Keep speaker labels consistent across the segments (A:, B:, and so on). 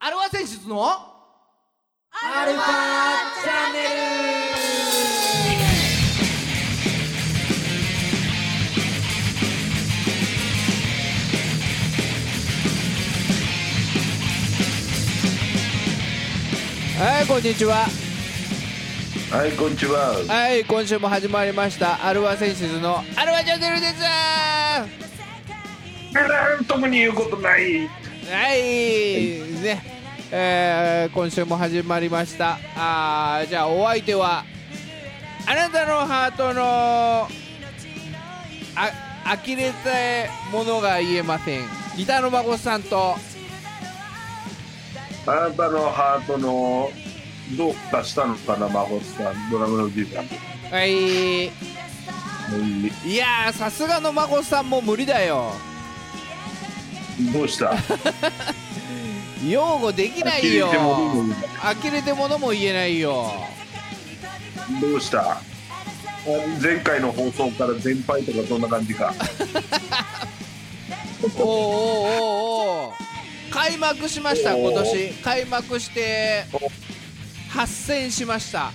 A: アルファ選出のアルファチャンネ
B: ルはいこんにちは
C: はい、こんにちは。
B: はい今週も始まりましたアルワ選手のアルワチャンネルです
C: なんともに言うことない。
B: はいねえー、今週も始まりましたあーじゃあお相手はあなたのハートのあ呆れたものが言えませんギターの孫さんと
C: あなたのハートの。どうかしたのかな、孫さん、ドラムのじいさん。
B: はい
C: うん
B: いやーさすがの孫さんも無理だよ
C: どう した。
B: 擁護できないよ
C: 呆れても
B: 呆れてもの
C: のも言
B: も言えないよ
C: どうした。あ前回の放送から全敗とか、どんな感じか。
B: おーおーおーおー開幕しました
C: お
B: 今
C: ー
B: 年開幕して発戦しました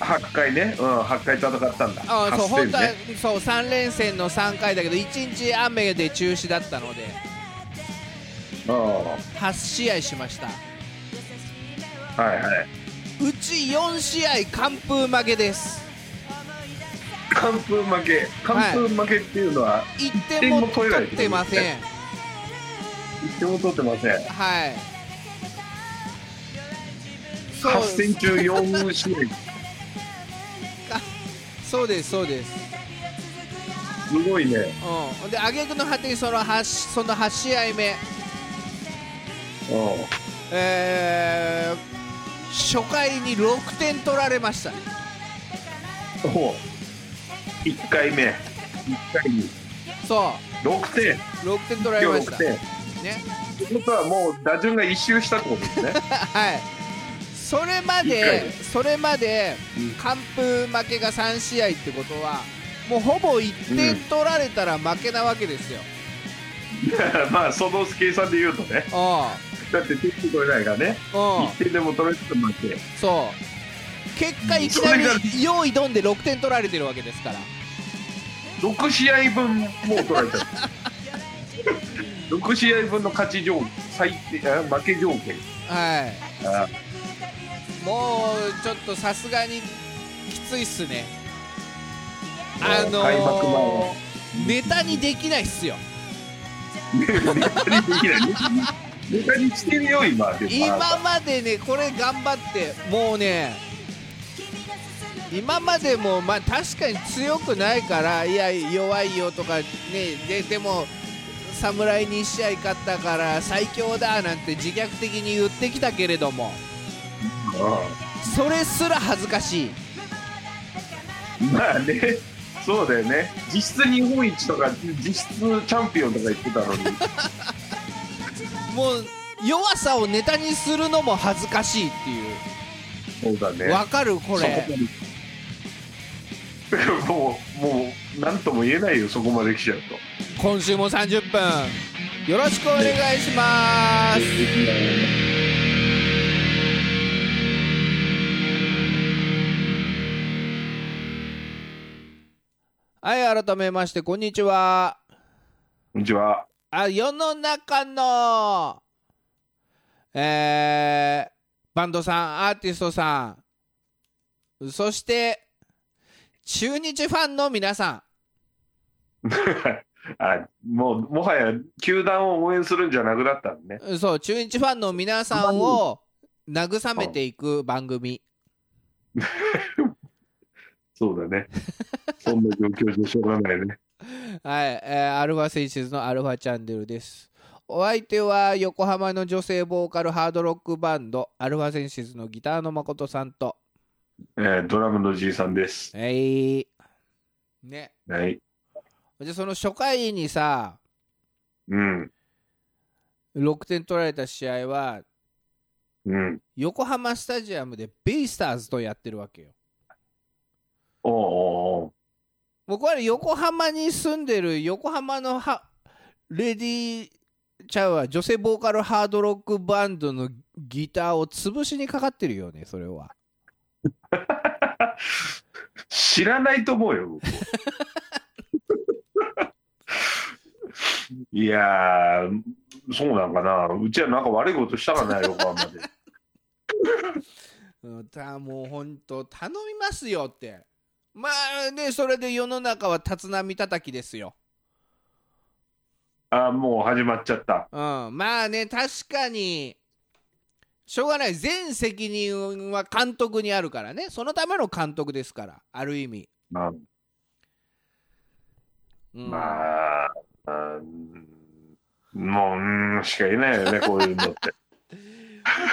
C: 八回ね、うん、八回戦ったんだ。
B: あーそう
C: 八
B: 本
C: 戦
B: 当は
C: ね。
B: そう3連戦の3回だけど1日雨で中止だったので
C: う
B: 8試合しました
C: ん、はいはい。
B: うち4試合完封負けです
C: 完封負け、完封負けっていうのは、
B: 1点も取ってません
C: 一点も取ってません。
B: はいそう
C: 八戦中四試合、
B: そうですそうです
C: すごいね。
B: うん、で挙句の果てにその 8, その8試合目、
C: うん。
B: えー初回に6点取られましたね
C: ほう1回目1回に
B: そ
C: 6点
B: う6点取られ
C: 今
B: ま
C: 日
B: した
C: 6点っ
B: ね
C: てことはもう打順が一周したってことですね
B: はいそれま
C: 一回
B: で
C: で
B: それまで
C: うん
B: 完封負けが3試合ってことはもうほぼ1点取られたら負けなわけですよ、
C: まあその計算で言うとね
B: う
C: だって点数取れないからね
B: んうん
C: 1点でも取れてた負け
B: そう結果いきなり
C: それが
B: 用意どんで6点取られてるわけですから
C: 6試合分もう取られた6試合分の勝ち条件最低あ負け条件
B: はい
C: あ
B: もうちょっとさすがにきついっすねあ
C: もう開幕
B: のー、ネタにできないっすよ
C: ネタにできない ネタにしてるよ今でも
B: 今までねこれ頑張ってもうね今までもまあ確かに強くないからいや弱いよとかねででも侍に1試合勝ったから最強だなんて自虐的に言ってきたけれどもそれすら恥ずかしい
C: うんまあねそうだよね実質日本一とか実質チャンピオンとか言ってたのに
B: もう弱さをネタにするのも恥ずかしいっていう
C: そうだね。
B: わかるこれ
C: そこまで もう、もう、なんとも言えないよ、そこまで来ちゃうと。
B: 今週も30分よろしくお願いしますはい改めましてこんにちは
C: こんにちは。
B: あ世の中のえーバンドさんアーティストさんそして中日ファンの皆さ
C: あ、もう、もはや、球団を応援するんじゃなくなったのね。
B: んそう中日ファンの皆さんを慰めていく番組
C: そうだね。そんな状況じゃしょうがないね。
B: はい、えーアルファセンシズのアルファチャンネルです。お相手は横浜の女性ボーカルハードロックバンドアルファセンシズのギターの誠さんと、
C: えードラムのじいさんです。
B: えいね、
C: はい。
B: でその初回にさ
C: うん。
B: 6点取られた試合は
C: うん。
B: 横浜スタジアムでベイスターズとやってるわけよ。
C: おうおうおう
B: 僕は横浜に住んでる横浜のはレディーちゃうわ女性ボーカルハードロックバンドのギターを潰しにかかってるよねそれは
C: 知らないと思うよ、僕いやー、そうなんかな。うちはなんか悪いことしたかな、横浜で。
B: うんたもうほんと頼みますよってまあねそれで世の中は立浪叩きですよ
C: あーもう始まっちゃった。
B: うんまあね確かにしょうがない全責任は監督にあるからねそのための監督ですからある意味、
C: まあ、
B: うん、
C: まあ、あーもう、うーん、しか言えないよね、こういうのって。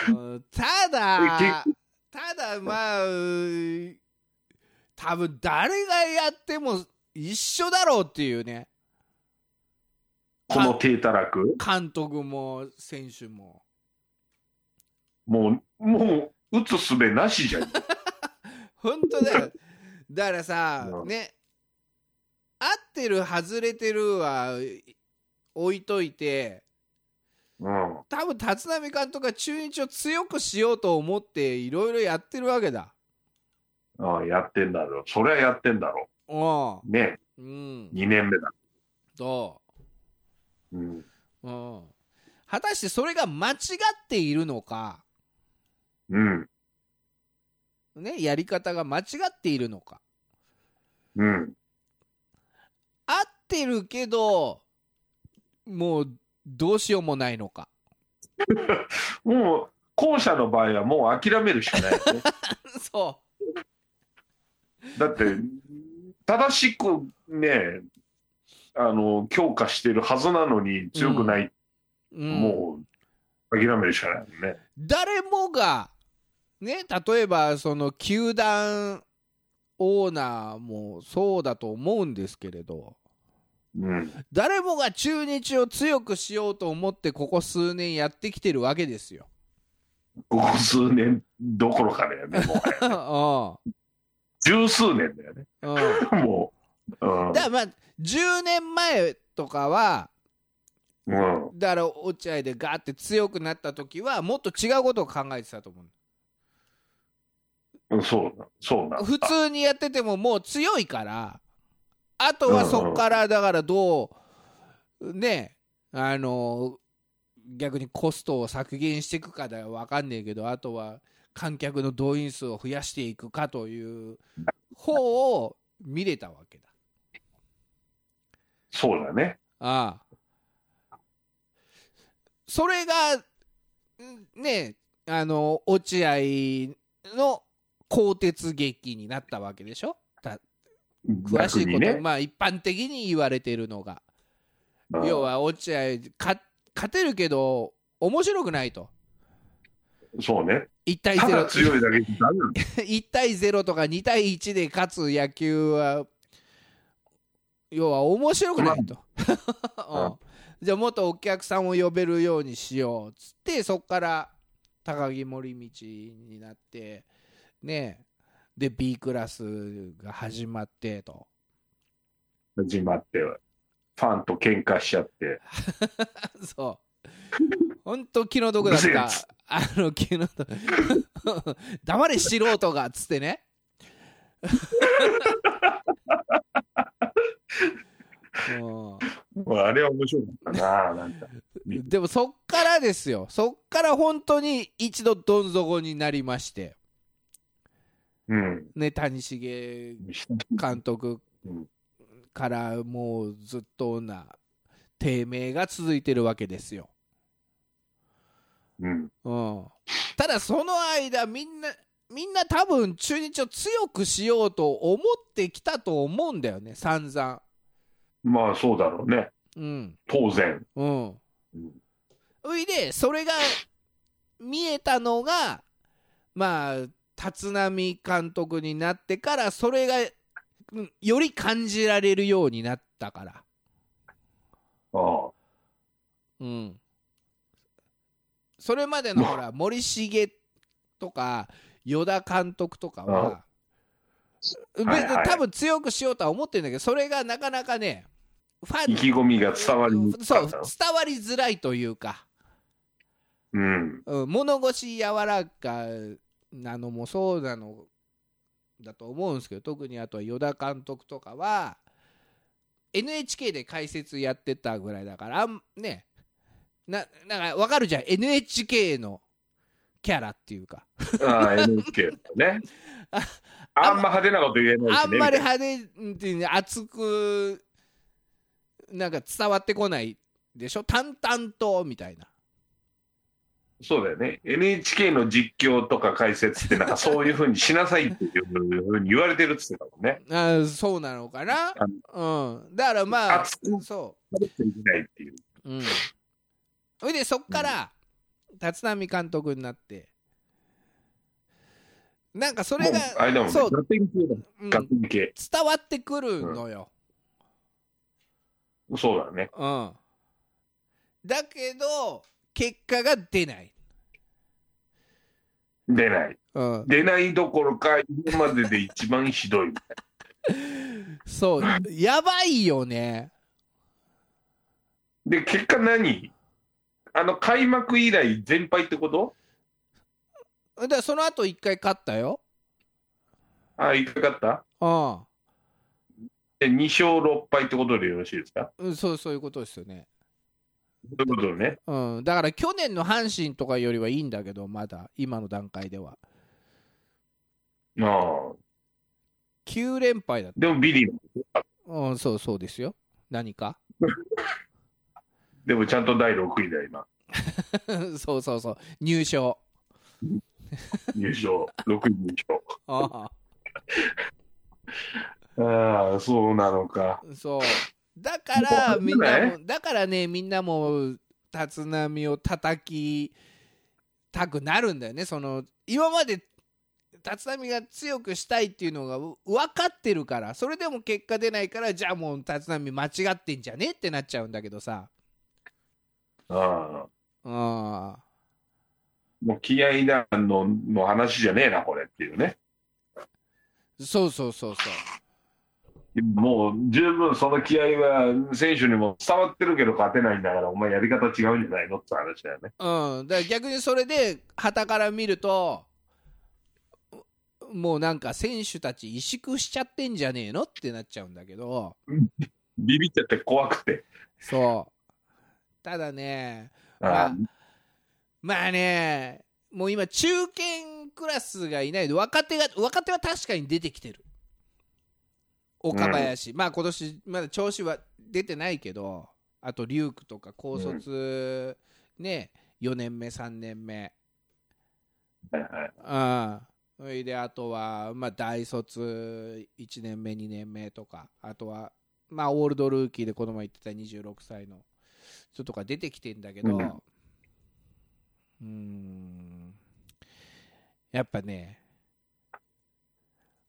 B: うんただただまあうー多分誰がやっても一緒だろうっていうね
C: この低たらく。
B: 監督も選手も
C: もう、もう、打つすべなしじゃん。
B: 本当だよだからさ
C: うん
B: ね合ってる外れてるはい置いといて
C: うん。
B: 多分立浪監督が中日を強くしようと思っていろいろやってるわけだ
C: ああやってんだろう。それはやってんだろ
B: う
C: う。ね、
B: んうん
C: 2年目だ。
B: と
C: うん。
B: うん果たしてそれが間違っているのか、
C: うん。
B: ね、やり方が間違っているのか
C: うん。
B: 合ってるけどもうどうしようもないのか
C: もう、後者の場合はもう諦めるしかないよ ね。
B: そ
C: だって、正しくね、あの、強化してるはずなのに強くない、
B: う、うん、
C: もう、諦めるしかないよね。
B: 誰もがね例えばその球団オーナーもそうだと思うんですけれど
C: うん。
B: 誰もが中日を強くしようと思ってここ数年やってきてるわけですよ。
C: ここ数年どころかだよね、もう。
B: うん う
C: 十数年だよね。
B: ん、だか
C: もう。うん。
B: らまあ10年前とかは
C: うん。
B: だから落合でガーって強くなった時はもっと違うことを考えてたと思う
C: うんそうだ。そうだ。
B: 普通にやっててももう強いからあとはそこからだからどうねあの逆にコストを削減していくかだよ分かんねえけどあとは観客の動員数を増やしていくかという方を見れたわけだ。
C: そうだね。
B: ああそれがんねあの落合の鋼鉄劇になったわけでしょた詳しいこと、
C: 逆にね。
B: まあ一般的に言われてるのが、
C: うん
B: 要は落合か勝てるけど面白くないと
C: そうね。
B: 1対
C: ただ
B: 0
C: 強いだけじゃダメなんだよ
B: 1対0とか2対1で勝つ野球は要は面白くないと、 うんじゃあもっとお客さんを呼べるようにしようっつってそこから高木森道になってねで B クラスが始まってと。
C: 始まってはファンと喧嘩しちゃって
B: そう。本当気の毒だっ
C: うるせえったつ。
B: あの気の毒。 黙れ素人がっつってね。 も
C: もうあれは面白かったななんか
B: うでもそっからですよ。そっから本当に一度どん底になりまして。
C: うん
B: ね、谷繁監督
C: うん
B: からもうずっとな低迷が続いてるわけですよ。
C: うん
B: うん、ただその間みんなみんな多分中日を強くしようと思ってきたと思うんだよね散々
C: まあそうだろうね
B: うん
C: 当然
B: うん
C: うん
B: そいでそれが見えたのがまあ立浪監督になってからそれがうんより感じられるようになったから
C: あ
B: うんそれまでのほら森重とか与田監督とか
C: う
B: は別
C: はいは
B: に
C: い
B: 多分強くしようとは思ってるんだけどそれがなかなかねファン
C: 意気込みが伝わりにく
B: そ
C: か
B: う
C: ったの
B: 伝わりづらいというか、
C: うん
B: うん、物腰柔らかなのもそうなのだと思うんですけど特にあとは与田監督とかは NHK で解説やってたぐらいだからあんねななんか分かるじゃん NHK のキャラっていうか
C: ああ NHK ね
B: あ
C: あんま派手なこと言えない
B: あ
C: し
B: ん
C: ね
B: まり
C: みたい
B: 派手っていうの熱くなんか伝わってこないでしょ淡々とみたいな
C: なそうだよね NHK の実況とか解説ってなんかそういうふうにしなさいっていうふうに言われてるっつってたもんね
B: あそうなのかなうんだからまあ
C: 熱く
B: そ
C: なっていけないっていう
B: ううんそれでそっから立浪監督になってなんかそ
C: も
B: れ
C: う
B: が
C: あれだもんね
B: そう
C: ガテン系だ
B: うん
C: ガテン系
B: 伝わってくるのよ
C: そうだね
B: うんだけど結果が出ない
C: 出ない
B: うん
C: 出ないどころか今までで一番ひどい
B: そうやばいよね
C: で結果何あの開幕以来全敗ってこと
B: だからその後一回勝ったよ。
C: あいかかった
B: うん
C: で2勝6敗ってことでよろしいですか
B: うん、そうそういうことですよね。
C: そういうことね
B: うん、だから去年の阪神とかよりはいいんだけど、まだ今の段階では。
C: ああ
B: 9連敗だっ
C: でもビリー
B: た。うん、そうそうですよ。何か
C: でもちゃんと第6位だよ今
B: そうそうそう。入賞。
C: 入賞6位入
B: あ
C: 賞ああそうなのか
B: あそう。だから、
C: もう
B: みんな
C: ね
B: も、だからね、みんなも、立浪を叩きたくなるんだよね。その、今まで立浪が強くしたいっていうのがう分かってるから、それでも結果出ないから、じゃあもう立浪間違ってんじゃねってなっちゃうんだけどさ。
C: ああ
B: うん。
C: もう気合いだのの話じゃねえなこれっていうね
B: そうそうそうそう。
C: もう十分その気合いは選手にも伝わってるけど勝てないんだからお前やり方違うんじゃないのって話だよね
B: うん、だから逆にそれで旗から見るともうなんか選手たち萎縮しちゃってんじゃねえのってなっちゃうんだけど
C: ビビっちゃって怖くて
B: そうただねま
C: あ
B: あまあねもう今中堅クラスがいないで若手が若手は確かに出てきてる岡林、まあ今年まだ調子は出てないけどあと龍空とか高卒、ね4年目3年目
C: あはいはい
B: うんそれであとは、まあ、大卒1年目2年目とかあとは、まあ、オールドルーキーでこの前言ってた26歳の人とか出てきてんだけど
C: うん
B: うーんやっぱね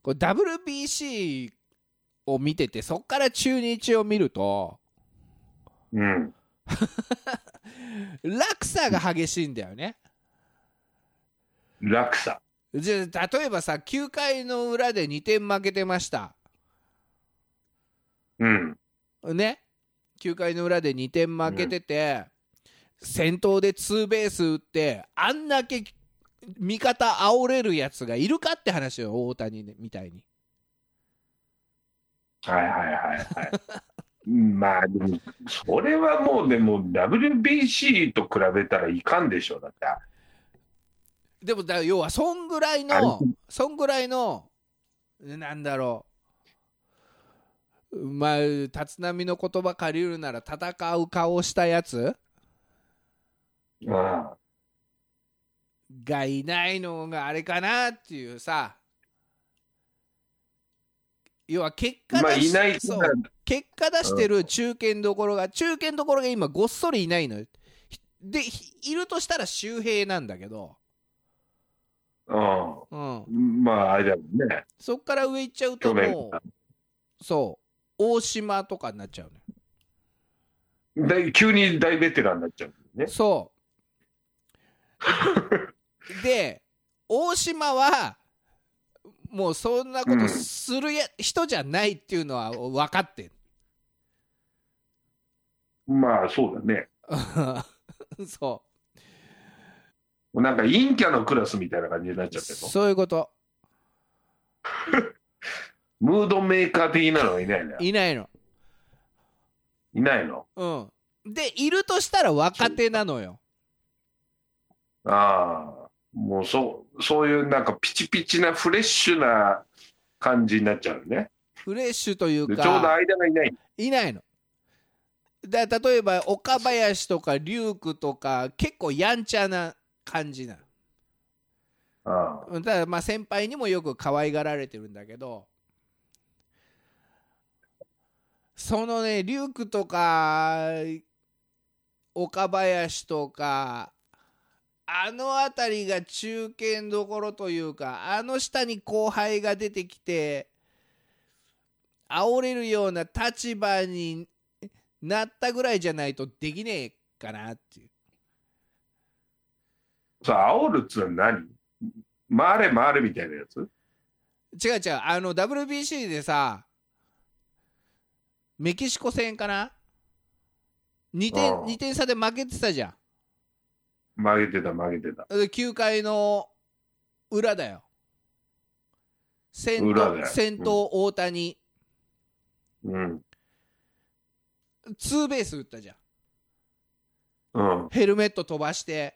B: こう WBC を見ててそっから中日を見ると
C: うん
B: 落差が激しいんだよね。
C: 落差
B: じゃ例えばさ9回の裏で2点負けてました。
C: うん
B: ね、9回の裏で2点負けてて、先頭でツーベース打って、あんだけ味方煽れるやつがいるかって話よ、大谷みたいに。
C: はいはいはい はい。まあでも、それはもうでも WBC と比べたらいかんでしょう。だって、
B: でもだ要はそんぐらい
C: あれ
B: の、そんぐらいの、なんだろう、まあ、立浪の言葉借りるなら、戦う顔をしたやつ
C: うん、
B: がいないのがあれかなっていうさ、要は結果
C: まあ
B: 出し
C: いない
B: そう
C: から
B: 結果出してる中堅どころが中堅どころが今ごっそりいないのよひでひいるとしたら周平なんだけど、うん、
C: うん、まああれだもんね。
B: そっから上行っちゃうと
C: 去年
B: もうそう大島とかになっちゃうのよ
C: 大急に大ベテランになっちゃうんだよね。
B: そうで大島はもうそんなことするや、人じゃないっていうのは分かってん
C: まあそうだね。
B: そ
C: なんか陰キャのクラスみたいな感じになっち
B: う
C: ゃってるの。
B: そういうこと
C: ムードメーカー的なのはいないね。
B: いないの
C: いないの。
B: うんでいるとしたら若手なのよ
C: ああ、もうそう、そういうなんかピチピチなフレッシュな感じになっちゃうね。
B: フレッシュという
C: で
B: か
C: ちょうど間がいない。
B: いないの。だ例えば岡林とか龍空とか結構やんちゃな感じな
C: ああ
B: のただまあ先輩にもよく可愛がられてるんだけどそのね龍空とか岡林とかあの辺りが中堅どころというかあの下に後輩が出てきて煽れるような立場になったぐらいじゃないとできねえかなっていう
C: そう、煽るっつうのは何回れ回れみたいなやつ
B: 違う違うあの WBC でさメキシコ戦かな2
C: あ
B: 点
C: あ
B: 二点差で負けてたじゃん
C: 曲げてた曲げてた。
B: で9回の裏だよ先
C: 裏だ
B: 頭
C: よ
B: 先頭大谷、
C: うん。
B: ツーベース打ったじゃん
C: うん。
B: ヘルメット飛ばして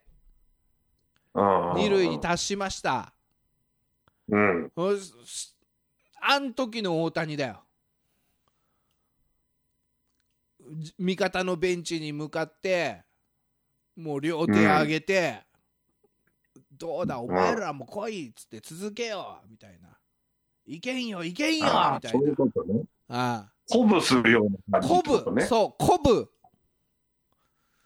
C: うん。
B: 二塁に達しました
C: うん。
B: おすすあん時の大谷だよじ味方のベンチに向かってもう両手上げて、どうだお前らも来いっつって続けよみたいないけんよいけんよみ
C: ああ
B: たい
C: そうい
B: な
C: うことね。
B: あ
C: 鼓舞するような
B: あ
C: 感じって
B: 鼓
C: こと
B: 舞
C: ね。
B: そう鼓舞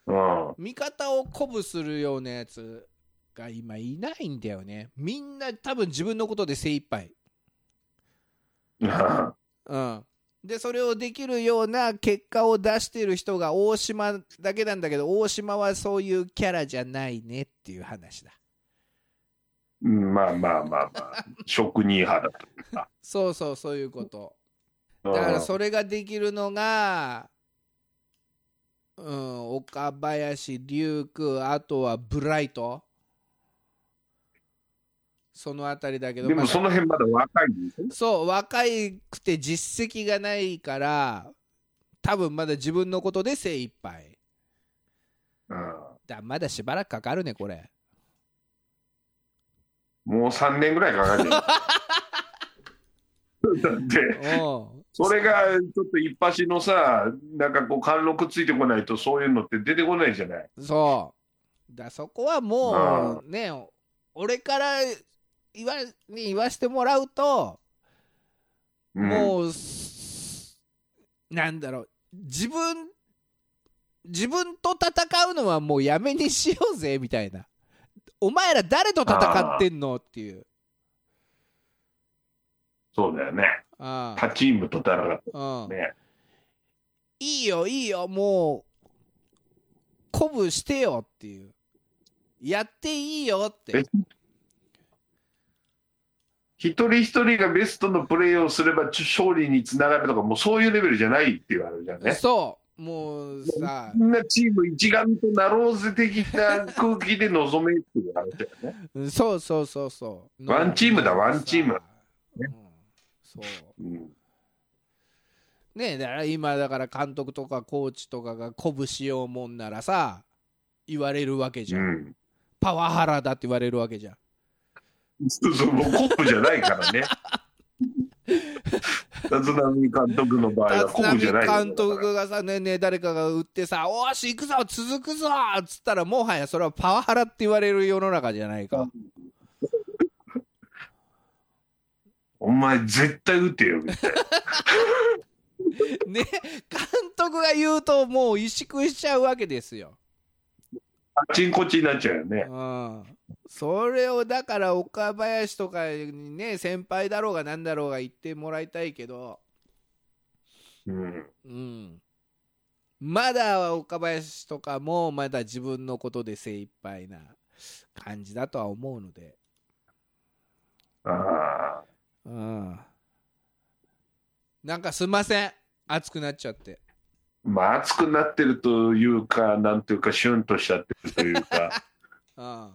C: うん。
B: 味方を鼓舞するようなやつが今いないんだよねみんな多分自分のことで精一杯
C: あ
B: うん、でそれをできるような結果を出してる人が大島だけなんだけど大島はそういうキャラじゃないねっていう話だ
C: うんまあまあまあまあ、職人派だと。
B: そうそうそういうこと
C: うん
B: だからそれができるのが、うん、岡林龍空あとはブライトそのあたりだけど
C: でも
B: まだ
C: その辺まだ若いんでしょ
B: そう若いくて実績がないから多分まだ自分のことで精一杯
C: う
B: だまだしばらくかかるねこれ
C: んもう3年ぐらいかかるよ だって、
B: お
C: それがちょっと一発のさ、なんかこう、貫禄ついてこないと、そういうのって出てこないじゃない。
B: うそうだそこはもうね俺から言わに言わしてもらうと、
C: うん、
B: もうすなんだろう自分自分と戦うのはもうやめにしようぜみたいなお前ら誰と戦ってんのっていう
C: そうだよね。
B: あ
C: 他チームと戦っ
B: あ、うん
C: て、ね。
B: いいよいいよもう鼓舞してよっていうやっていいよって
C: え一人一人がベストのプレーをすればち勝利につながるとか、もうそういうレベルじゃないっていうあれじゃんね。
B: そうもうさ
C: みんなチーム一丸となろうぜ的な空気で臨めっていう話だよね。
B: そうそうそうそう
C: ワンチームだ
B: の
C: ワンチーム
B: さうんそう
C: うん
B: ねえだから今だから監督とかコーチとかが鼓舞しようもんならさ言われるわけじ
C: う
B: ゃん、
C: ん
B: パワハラだって言われるわけじゃん
C: そうそう、もうコップじゃないか らね。立浪監督の場合はコ
B: 立
C: ップじゃないよ
B: 浪監督がさねえねえ誰かが打ってさ「おーし行くぞ続くぞ!」っつったらもはやそれはパワハラって言われる世の中じゃないか
C: お前絶対打てよみたいな。
B: ね監督が言うともう萎縮しちゃうわけですよ
C: あっちんこっちになっちゃうよね。
B: うんそれをだから岡林とかにね先輩だろうがなんだろうが言ってもらいたいけど
C: うん。
B: うんまだ岡林とかもまだ自分のことで精一杯な感じだとは思うので
C: ああ。
B: うんなんかすんません熱くなっちゃって
C: まあ熱くなってるというかなんていうかシュンとしちゃってるという か
B: うん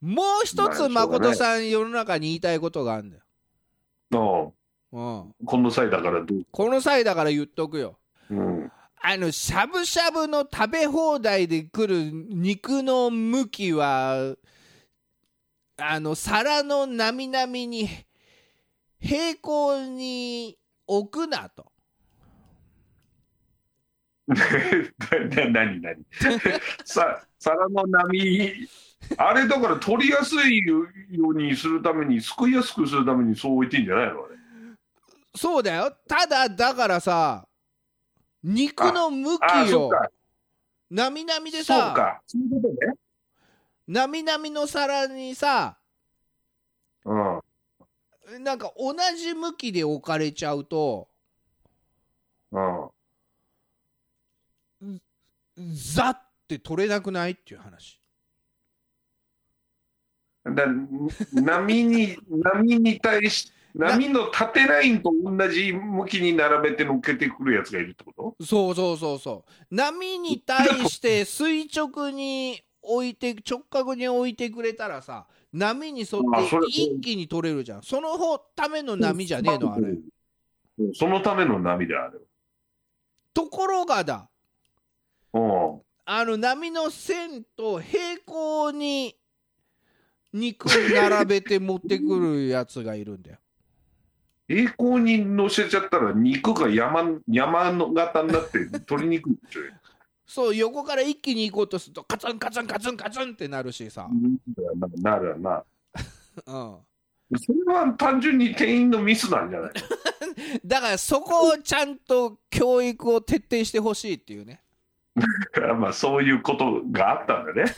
B: もう一つ
C: まあしょうがない
B: 誠さん世の中に言いたいことがあるんだよ、
C: の
B: うん、
C: この際だからどう、
B: この際だから言っとくよ
C: うん、
B: あのしゃぶしゃぶの食べ放題で来る肉の向きはあの皿のなみなみに平行に置くなと
C: な何 何さ皿の波あれだから取りやすいようにするためにすくいやすくするためにそう置いてんじゃないのあれ
B: そうだよただだからさ肉の向
C: ああ
B: き
C: そっ
B: を
C: か
B: なみなみで
C: そう
B: さ
C: かそういうことね
B: なみなみの皿にさ
C: うん
B: なんか同じ向きで置かれちゃうと
C: うん
B: ザッて取れなくないっていう話
C: だ波に波に対し波の縦ラインと同じ向きに並べて乗っけてくるやつがいるってこと
B: そうそうそうそう波に対 して垂直に置いて直角に置いてくれたらさ波に沿
C: あそ
B: っ
C: れ
B: て一気に取れるじゃんその方ための波じゃねえのあれ
C: うんそのための波だあれ
B: ところがだ
C: は
B: あの波の線と平行に肉を並べて持ってくるやつがいるんだよ
C: うん栄光に乗せちゃったら肉が山山の型になって取りにくいでしょ
B: そう横から一気に行こうとするとカツンカツンカツンカツンってなるしさ、
C: なるな
B: うん、
C: それは単純に店員のミスなんじゃない
B: だからそこをちゃんと教育を徹底してほしいっていうね
C: かまあそういうことがあったんだ ね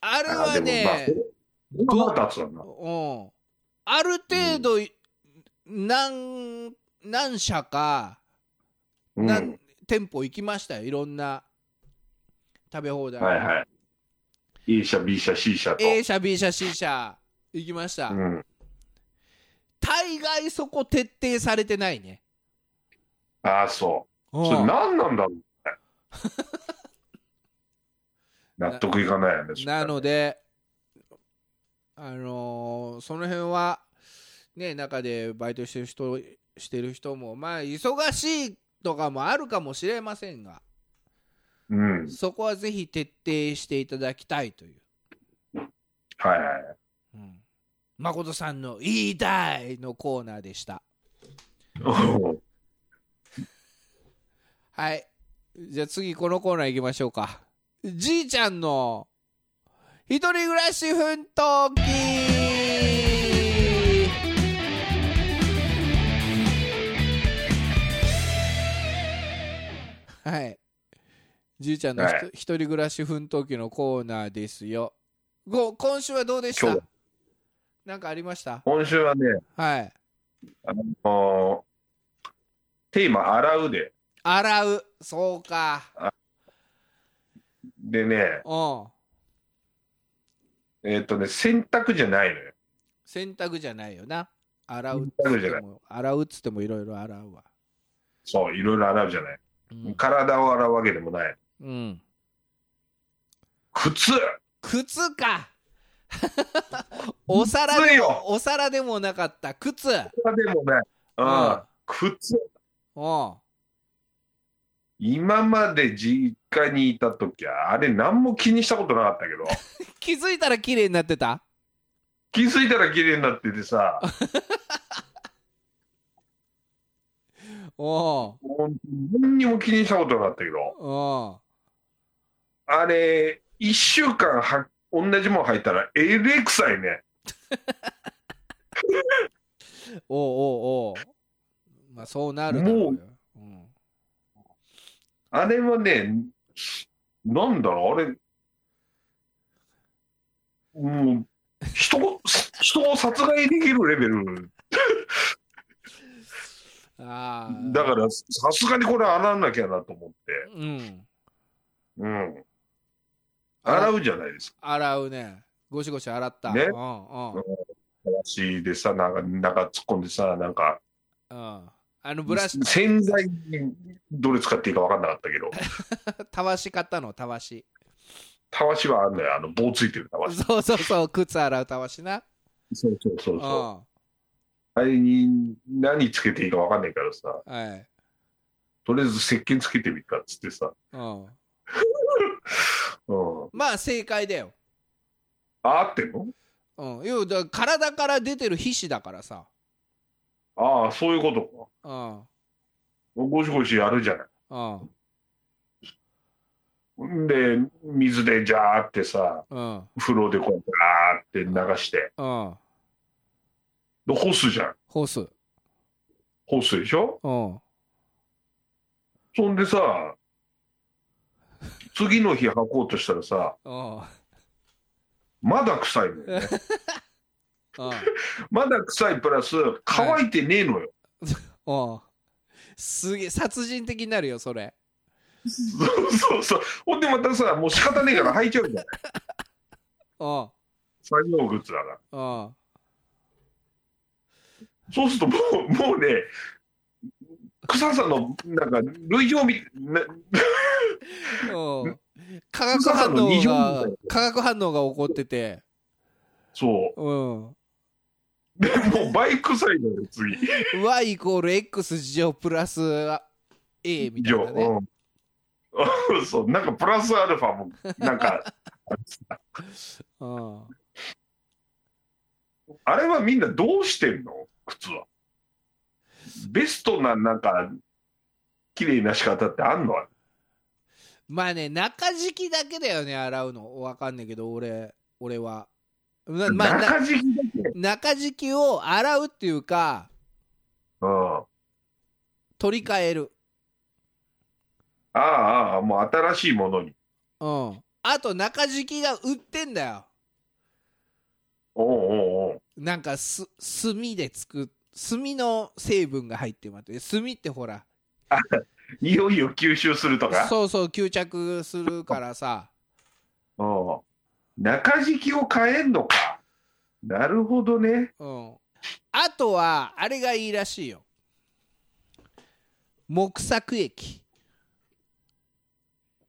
B: あれはね
C: でもまあこれは腹立つわな
B: うん、ある程度、何何社か、
C: うん
B: 何店舗行きましたよいろんな食べ放題、
C: はいはい。A 社、B 社、C 社と。
B: A 社 B 社 C 社行きました、
C: うん、
B: 大概そこ徹底されてないね、
C: ああ、そうう。
B: ん
C: それ何なんだろうね。納得いかないよね。それ
B: なので、あのーその辺は、ね、中でバイトしてる人してる人も、まあ、忙しいとかもあるかもしれませんが、
C: うん。
B: そこはぜひ徹底していただきたいという、
C: はいはい。
B: うん、誠さんの「言いたい!」のコーナーでした。はい。じゃあ次このコーナー行きましょうか。じいちゃんの一人暮らし奮闘記はい。じいちゃんのひと
C: は
B: 一人暮らし奮闘記のコーナーですよ。ご今週はどうでし
C: 今
B: た
C: 日
B: なんかありました
C: 今週はね、
B: はい。
C: あのーテーマ、洗うで。
B: 洗う。そうか。
C: でね、
B: うん。
C: えっ、とね、洗濯じゃないのよ。
B: 洗濯じゃないよな洗うっつっ
C: 洗濯じゃな
B: ても洗うっつってもいろいろ洗うわ
C: そう、いろいろ洗うじゃない。
B: うん、
C: 体を洗うわけでもない。
B: うん
C: 靴
B: 靴か お皿
C: 靴
B: で
C: よ
B: もお皿でもなかった靴うん
C: でもない。
B: うん
C: うん、靴。今まで実家にいた時はあれ何も気にしたことなかったけど
B: 気づいたら綺麗になってた
C: 気づいたら綺麗になっててさ
B: お
C: もう何にも気にしたことなかったけ
B: う
C: ど
B: お
C: あれ1週間は同じもん履いたらえれくさいね
B: うおうおうおうまあそうなるだろうよう
C: も
B: ん、
C: あれはねなんだろうあれもう人を人を殺害できるレベル
B: ああ
C: だからさすがにこれ洗わなきゃなと思って
B: うん
C: うん洗うじゃないですか
B: 洗うねゴシゴシ洗った、
C: ね
B: うんうんうん
C: 話でさ、なんか、なんか突っ込んでさ、なんか、
B: ああのブラシ
C: 洗剤どれ使っていいか分かんなかったけど、
B: たわし買ったのたわした
C: わしはあんのよ、あの棒ついてるたわし。
B: そうそうそう靴洗うたわしな
C: そうそうそううそう。
B: ん
C: あれに何つけていいか分かんないからさ、
B: はい
C: とりあえず石鹸つけてみたっつってさ、
B: うん
C: うん、
B: まあ正解だよ
C: あ合ってんの
B: うん要はだから体から出てる皮脂だからさ
C: ああ、そういうことか。
B: うん
C: ゴシゴシやるじゃない。
B: うん
C: んで、水でジャーってさ、
B: うん
C: 風呂でこうやってあーって流して、
B: うん
C: で干すじゃん。
B: ホース
C: 干すでしょ
B: うん
C: そんでさ、次の日履こうとしたらさ、
B: うん
C: まだ臭いのよね。
B: うん
C: まだ臭いプラス、乾いてねえのよ。
B: うんすげえ殺人的になるよそれ
C: そう そうそう。ほんでまたさ、もう仕方ねえから履いちゃうじゃん。
B: うん
C: 作業靴だから。
B: うん
C: そうするともう、もうね、臭さの、なんか、類情み、な
B: うん化学反応
C: 二乗み
B: が
C: たいな
B: 化学反応が起こってて
C: そ
B: うん
C: う。でもう倍臭いのよ、次。
B: y イコール x 事乗プラス a みたいな
C: 以
B: ね
C: 上うん そう、なんかプラスアルファも、なんか、
B: うん
C: あれはみんなどうしてんの靴は。ベストな、なんか、綺麗な仕方ってあんの
B: まあね中敷きだけだよね洗うのわかんないけど俺俺はなまあな
C: 中敷きだけ。
B: 中敷きを洗うっていうか
C: うん。あ
B: 取り替える
C: あ、ああ、もう新しいものに。
B: うんあと中敷きが売ってんだよ
C: おうおうおう
B: なんかす炭で作っ炭の成分が入ってます炭ってほら
C: いよいよ吸収するとか。
B: そうそう吸着するからさ
C: うん中敷きを変えんのか。なるほどね。
B: うんあとはあれがいいらしいよ木作液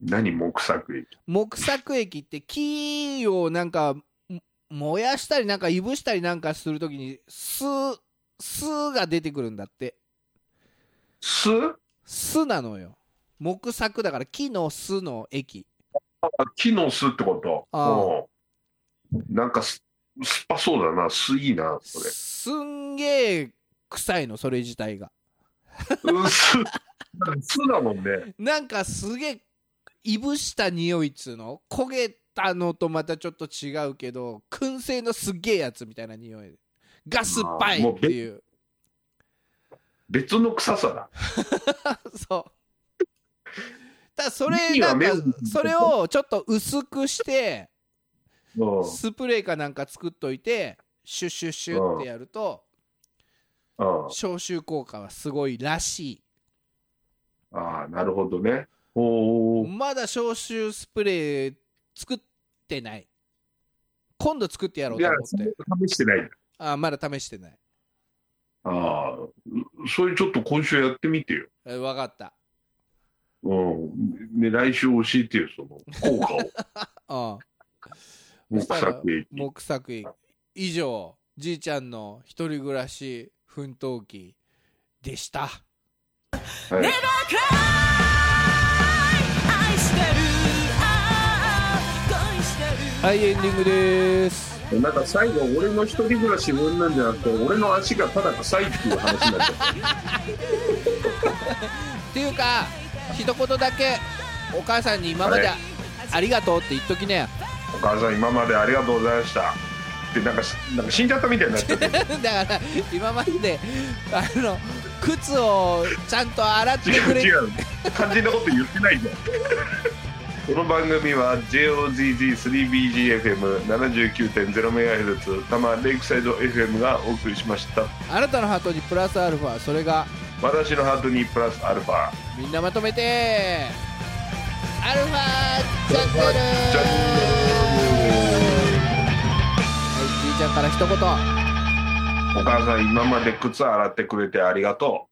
C: 何、木作液。
B: 木作液って木をなんかも燃やしたりなんかいぶしたりなんかするときに酢酢が出てくるんだって
C: 酢
B: 酢なのよ木作だから木の酢の液
C: あ木の酢ってこと。
B: ああ
C: うんなんかす酸っぱそうだな。酢いいな、それ。
B: すんげえ臭いのそれ自体が
C: うん、酢。酢だもんね。
B: なんかすげえいぶした匂いっつうの焦げたのとまたちょっと違うけど燻製のすっげえやつみたいな匂いが酸っぱいっていう
C: 別の臭さだ。
B: そう。ただそれ
C: 意味は
B: なんか
C: 目を向けて
B: それをちょっと薄くして
C: うん。
B: スプレーかなんか作っといてシュッシュッシュッってやると
C: うん
B: 消臭効果はすごいらし
C: ああ、なるほどね。お
B: い
C: ー
B: まだ消臭スプレー作ってない今度作ってやろう
C: い
B: と
C: や
B: 思、
C: そ
B: って
C: れ試してない。
B: あまだ試してない
C: ああ、それちょっと今週やってみてよ。
B: えわかった
C: うん。ね、来週教えてよ、そ の効果を。
B: うん
C: 木
B: そしたら
C: 作液。
B: 木作品以上じいちゃんの一人暮らし奮闘記でした
C: はい
A: Never cry 愛してるああ恋してる
B: はいエンディングです
C: なんか最後、俺の一人暮らし分なんじゃなくて、俺の足がただ臭いっていう話になっちゃった。
B: っていうか一言だけお母さんに今まで
C: は
B: あ
C: い
B: ありがとうって言っときね
C: お母さん、今までありがとうございました。って、なんかし、なんか死んじゃったみたいになっちゃっ て。
B: だから今まであの靴をちゃんと洗ってく
C: 違う
B: れ
C: 違う。肝心なこと言ってないじゃ ん。この番組は JOZZ3BGFM79.0MHz 多摩レイクサイド FM がお送りしました。
B: あなたのハートにプラスアルファそれが
C: 私のハートにプラスアルファ。
B: みんなまとめてアルファチャンネル
C: チャンネル
B: はいじいちゃんから一言
C: お母さん今まで靴洗ってくれてありがと